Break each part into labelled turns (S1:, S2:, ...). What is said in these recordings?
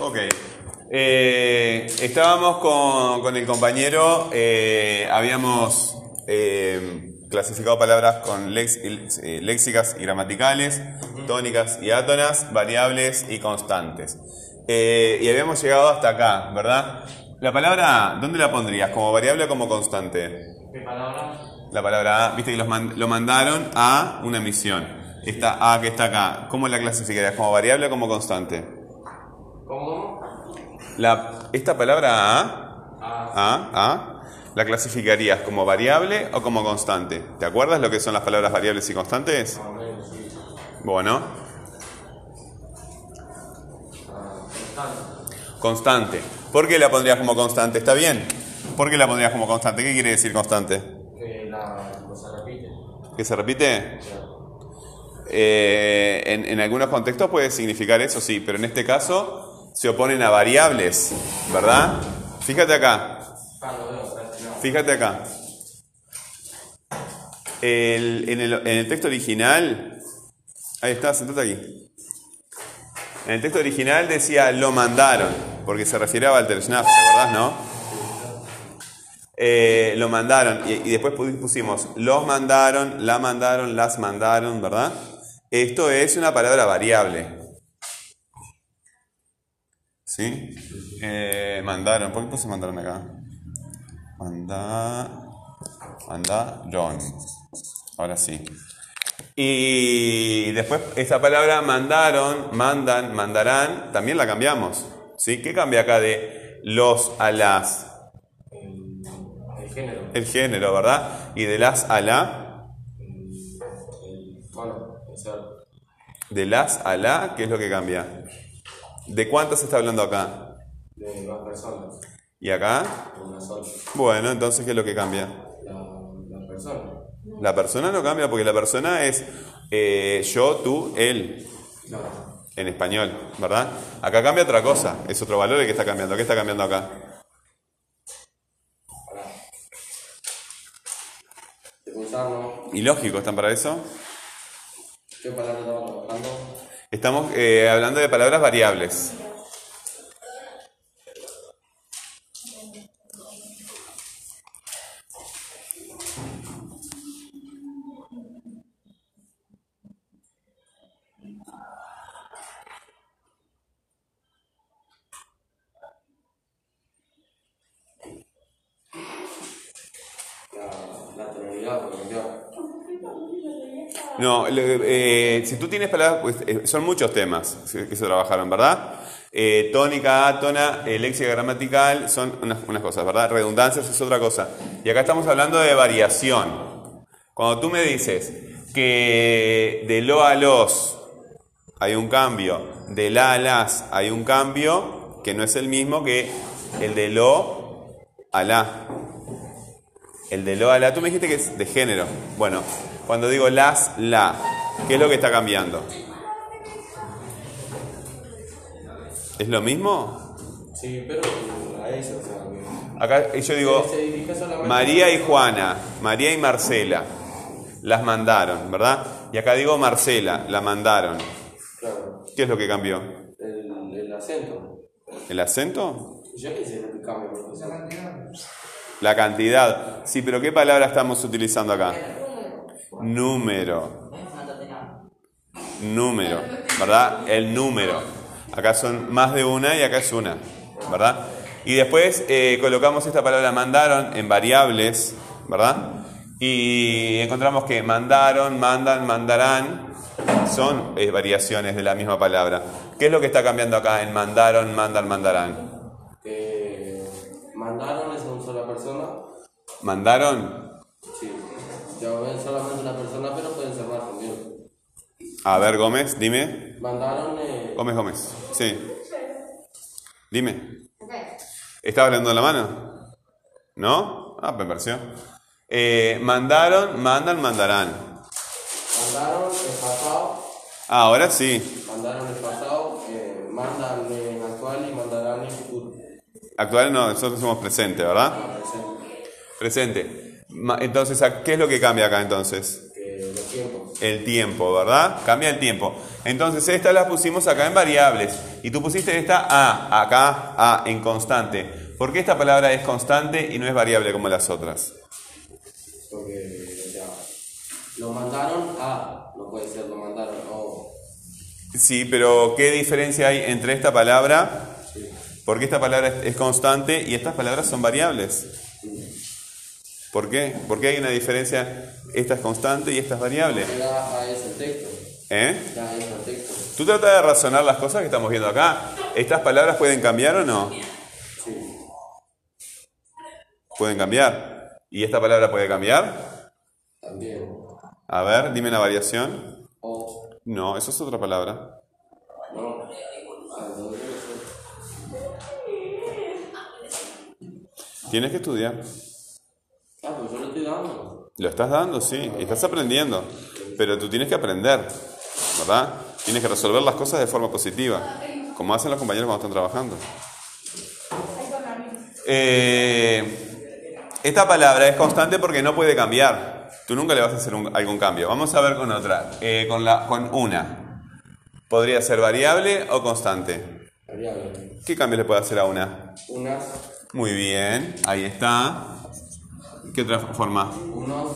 S1: Ok. Eh, estábamos con, con el compañero, eh, habíamos eh, clasificado palabras con lex- y lex- eh, léxicas y gramaticales, tónicas y átonas, variables y constantes. Eh, y habíamos llegado hasta acá, ¿verdad? La palabra, ¿dónde la pondrías? ¿Como variable o como constante?
S2: ¿Qué palabra?
S1: La palabra A, viste que los man- lo mandaron a una misión. Esta A que está acá, ¿cómo la clasificarías? ¿Como variable o como constante?
S2: ¿Cómo?
S1: La, esta palabra A,
S2: Ah,
S1: A, A, la clasificarías como variable o como constante. ¿Te acuerdas lo que son las palabras variables y constantes? Bueno,
S2: Ah, constante.
S1: constante. ¿Por qué la pondrías como constante? ¿Está bien? ¿Por qué la pondrías como constante? ¿Qué quiere decir constante?
S2: Que la cosa repite.
S1: ¿Que se repite?
S2: O sea,
S1: Eh, en, en algunos contextos puede significar eso, sí, pero en este caso se oponen a variables, ¿verdad? Fíjate acá,
S2: ah, lo veo, está estirado.
S1: fíjate acá. El- en, el, en el texto original, ahí está, sentate aquí. En el texto original decía lo mandaron, porque se refiere a Walter Schnapp, ¿te acordás, no? Eh, lo mandaron y, y después pu- pusimos los mandaron, la mandaron, las mandaron, ¿verdad? Esto es una palabra variable. ¿Sí? Eh, mandaron, ¿por qué puse mandaron acá? Manda, mandaron. Ahora sí. Y después esta palabra mandaron, mandan, mandarán, también la cambiamos. ¿Sí? ¿Qué cambia acá de los a las?
S2: El género.
S1: el género, ¿verdad? Y de las a la,
S2: El tono. O sea,
S1: de las a la, ¿qué es lo que cambia? ¿De cuántas se está hablando acá?
S2: de dos personas.
S1: ¿Y acá?
S2: Una sola.
S1: Bueno, entonces, ¿qué es lo que cambia?
S2: La, la persona.
S1: La persona no cambia porque la persona es eh, yo, tú, él,
S2: No.
S1: en español, ¿verdad? Acá cambia otra cosa, es otro valor el que está cambiando. ¿Qué está cambiando acá?
S2: Pará. Estoy pensando.
S1: ¿Y lógico están para eso?
S2: ¿Qué palabra estamos trabajando?
S1: Estamos eh, hablando de palabras variables.
S2: La, la tonalidad, por ejemplo.
S1: No, le- eh, si tú tienes palabras, pues, eh, son muchos temas que se trabajaron, ¿verdad? Eh, tónica, átona, eh, léxica gramatical, son unas, unas cosas, ¿verdad? Redundancias es otra cosa. Y acá estamos hablando de variación. Cuando tú me dices que de lo a los hay un cambio, de la a las hay un cambio que no es el mismo que el de lo a la. El de lo a la, tú me dijiste que es de género. Bueno, cuando digo las, la, ¿qué es lo que está cambiando? ¿Es lo mismo?
S2: Sí, pero eh, a eso, o sea, que-
S1: Acá yo digo
S2: se dirige solamente
S1: María y
S2: a-
S1: Juana, María y Marcela, las mandaron, ¿verdad? Y acá digo Marcela, la mandaron.
S2: Claro,
S1: ¿Qué es lo que cambió?
S2: el, el acento.
S1: ¿El acento?
S2: Yo qué sé lo que cambia, profesor.
S1: La cantidad. Sí, pero ¿qué palabra estamos utilizando acá? Número. Número, ¿verdad? El número. Acá son más de una y acá es una, ¿verdad? Y después eh, colocamos esta palabra mandaron en variables, ¿verdad? Y encontramos que mandaron, mandan, mandarán son eh, variaciones de la misma palabra. ¿Qué es lo que está cambiando acá en mandaron, mandan, mandarán?
S2: Que mandaron es a una sola persona.
S1: ¿Mandaron?
S2: Sí. Yo es solamente una persona, pero pueden ser más también.
S1: A ver, Gómez, dime.
S2: Mandaron eh,
S1: Gómez Gómez, sí. Dime. ¿Estaba hablando de la mano? ¿No? Ah, me pareció. Eh, mandaron, mandan, mandarán.
S2: mandaron el pasado,
S1: Ah, ahora sí.
S2: mandaron el pasado, eh, mandan en actual y mandarán en futuro.
S1: Actual no, nosotros somos presente, ¿verdad?
S2: Ah, presente.
S1: Presente. Ma- Entonces, ¿a- ¿qué es lo que cambia acá entonces?
S2: Que eh, los tiempos.
S1: el tiempo, ¿verdad? Cambia el tiempo. Entonces, esta la pusimos acá en variables. Y tú pusiste esta A, acá A, en constante. ¿Por qué esta palabra es constante y no es variable como las otras?
S2: Porque, o sea, lo mandaron a, no puede ser, lo mandaron a. o.
S1: Sí, pero ¿qué diferencia hay entre esta palabra?
S2: Sí.
S1: Porque esta palabra es- es constante y estas palabras son variables. ¿Por qué? ¿Por qué hay una diferencia? Esta es constante y esta es variable.
S2: Ya a ese texto.
S1: ¿Eh?
S2: Ya es el texto.
S1: Tú trata de razonar las cosas que estamos viendo acá. ¿Estas palabras pueden cambiar o no?
S2: Sí.
S1: Pueden cambiar. ¿Y esta palabra puede cambiar?
S2: También.
S1: A ver, dime una variación.
S2: O.
S1: No, eso es otra palabra.
S2: No. Ah, no, no sé.
S1: Tienes que estudiar.
S2: Ah, pues yo lo estoy dando.
S1: Lo estás dando, sí. y Estás aprendiendo. Pero tú tienes que aprender, ¿verdad? Tienes que resolver las cosas de forma positiva, como hacen los compañeros cuando están trabajando. Eh, esta palabra es constante porque no puede cambiar. Tú nunca le vas a hacer un- algún cambio. Vamos a ver con otra. Eh, con, la, con una. ¿Podría ser variable o constante?
S2: Variable.
S1: ¿Qué cambio le puede hacer a una?
S2: Unas.
S1: Muy bien, ahí está. ¿Qué otra forma?
S2: Unos.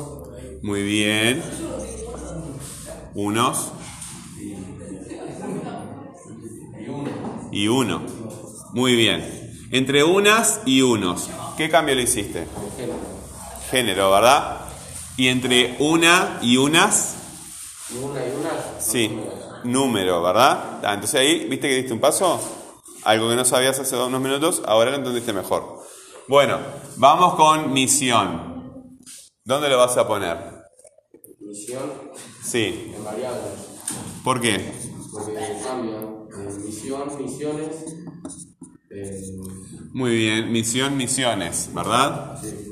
S1: Muy bien. Unos
S2: Y uno.
S1: y uno. Muy bien. Entre unas y unos. ¿Qué cambio le hiciste?
S2: Por ejemplo.
S1: Género, ¿verdad? Y entre una y unas,
S2: Y una y una.
S1: sí, número, ¿verdad? Ah, entonces ahí, ¿viste que diste un paso? Algo que no sabías hace unos minutos, ahora lo entendiste mejor. Bueno, vamos con misión. ¿Dónde lo vas a poner?
S2: Misión
S1: Sí.
S2: en variable.
S1: ¿Por qué?
S2: Porque cambia. eh, misión, misiones. eh,
S1: Muy bien, misión, misiones, ¿verdad?
S2: sí.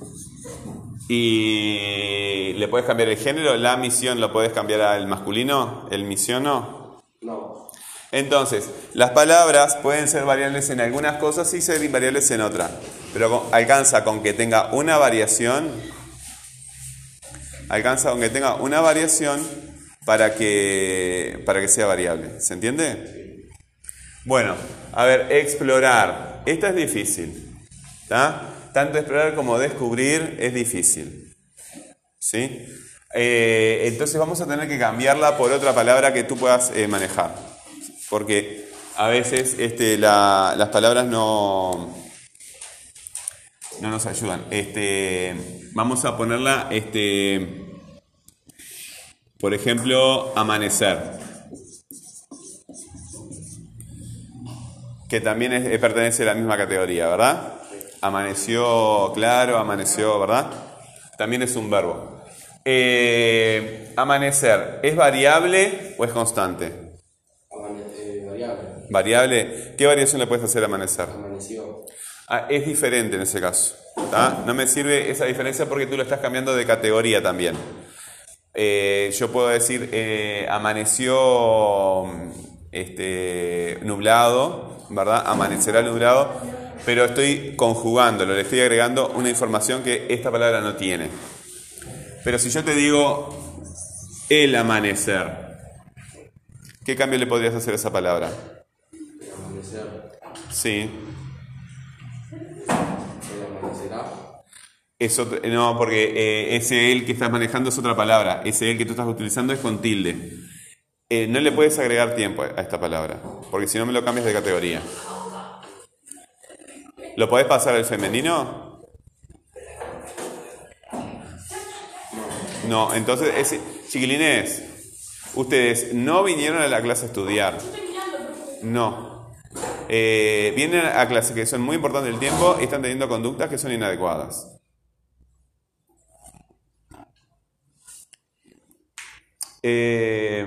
S1: Y le puedes cambiar el género, la misión lo puedes cambiar al masculino, el misiono.
S2: No.
S1: Entonces, las palabras pueden ser variables en algunas cosas y ser invariables en otras. Pero con- alcanza con que tenga una variación. Alcanza con que tenga una variación para que, para que sea variable. ¿Se entiende? Bueno, a ver, explorar. Esta es difícil. ¿tá? Tanto explorar como descubrir es difícil. ¿sí? Eh, entonces vamos a tener que cambiarla por otra palabra que tú puedas eh, manejar. Porque a veces este, la- las palabras no, no nos ayudan. Este, vamos a ponerla, este, por ejemplo, amanecer. Que también es- eh, pertenece a la misma categoría, ¿verdad? Amaneció claro, amaneció, ¿verdad? También es un verbo. Eh, amanecer, ¿es variable o es constante?
S2: Amane- eh, variable.
S1: Variable, ¿qué variación le puedes hacer a amanecer?
S2: Amaneció.
S1: Ah, es diferente en ese caso. ¿tá? No me sirve esa diferencia porque tú lo estás cambiando de categoría también. Eh, yo puedo decir, eh, amaneció mm, este, nublado, ¿verdad? Amanecerá nublado, pero estoy conjugándolo, le estoy agregando una información que esta palabra no tiene. Pero si yo te digo el amanecer, ¿qué cambio le podrías hacer a esa palabra?
S2: Amanecer.
S1: Sí,
S2: El amanecerá.
S1: Es otro- no, porque eh, ese el que estás manejando es otra palabra. Ese el que tú estás utilizando es con tilde. Eh, no le puedes agregar tiempo a esta palabra, porque si no me lo cambias de categoría. ¿Lo podés pasar al femenino? No, entonces, es, chiquilines, ustedes no vinieron a la clase a estudiar. No. Eh, vienen a clase que son muy importantes del tiempo y están teniendo conductas que son inadecuadas. Eh,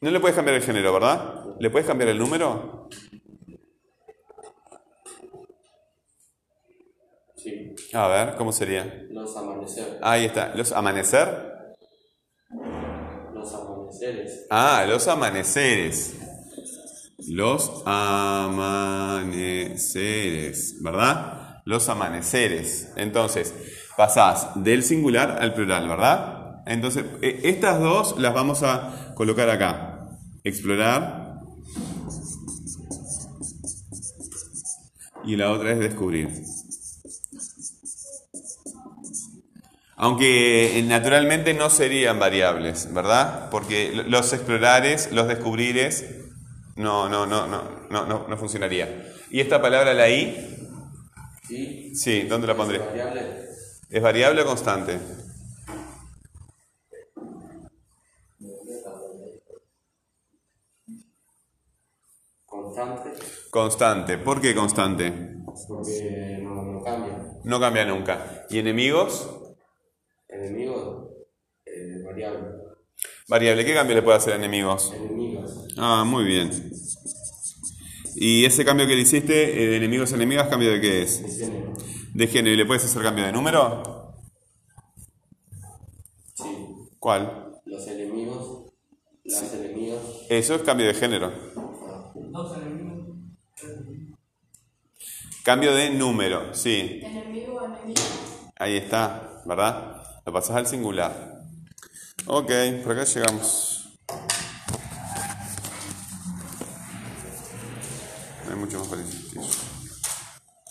S1: no le puedes cambiar el género, ¿verdad? ¿Le puedes cambiar el número?
S2: Sí.
S1: A ver, ¿cómo sería?
S2: Los amanecer.
S1: Ahí está. ¿Los amanecer?
S2: Los amaneceres.
S1: Ah, los amaneceres. Los amaneceres, ¿verdad? Los amaneceres. Entonces, pasás del singular al plural, ¿verdad? Entonces, eh, estas dos las vamos a colocar acá. Explorar. Y la otra es descubrir. Aunque eh, naturalmente no serían variables, ¿verdad? Porque lo- los explorares, los descubrires, no, no, no, no, no, no, no funcionaría. ¿Y esta palabra la I?
S2: ¿Sí?
S1: Sí, ¿dónde la pondré?
S2: ¿Variable?
S1: ¿Es variable o constante?
S2: Constante.
S1: Constante. ¿Por qué constante?
S2: Porque no, no cambia.
S1: No cambia nunca. ¿Y enemigos?
S2: Enemigo, eh, variable.
S1: Variable. ¿Qué cambio le puede hacer a enemigos?
S2: Enemigos,
S1: Ah, muy bien. ¿Y ese cambio que le hiciste eh, de enemigos a enemigas, cambio de qué es?
S2: de género.
S1: De género. ¿Y le puedes hacer cambio de número?
S2: Sí.
S1: ¿Cuál?
S2: Los enemigos, las enemigas.
S1: Eso es cambio de género.
S3: Dos enemigos.
S1: Cambio de número, sí.
S3: Enemigo, enemigo.
S1: Ahí está, ¿verdad? Lo pasás al singular. Ok, por acá llegamos. No hay mucho más para el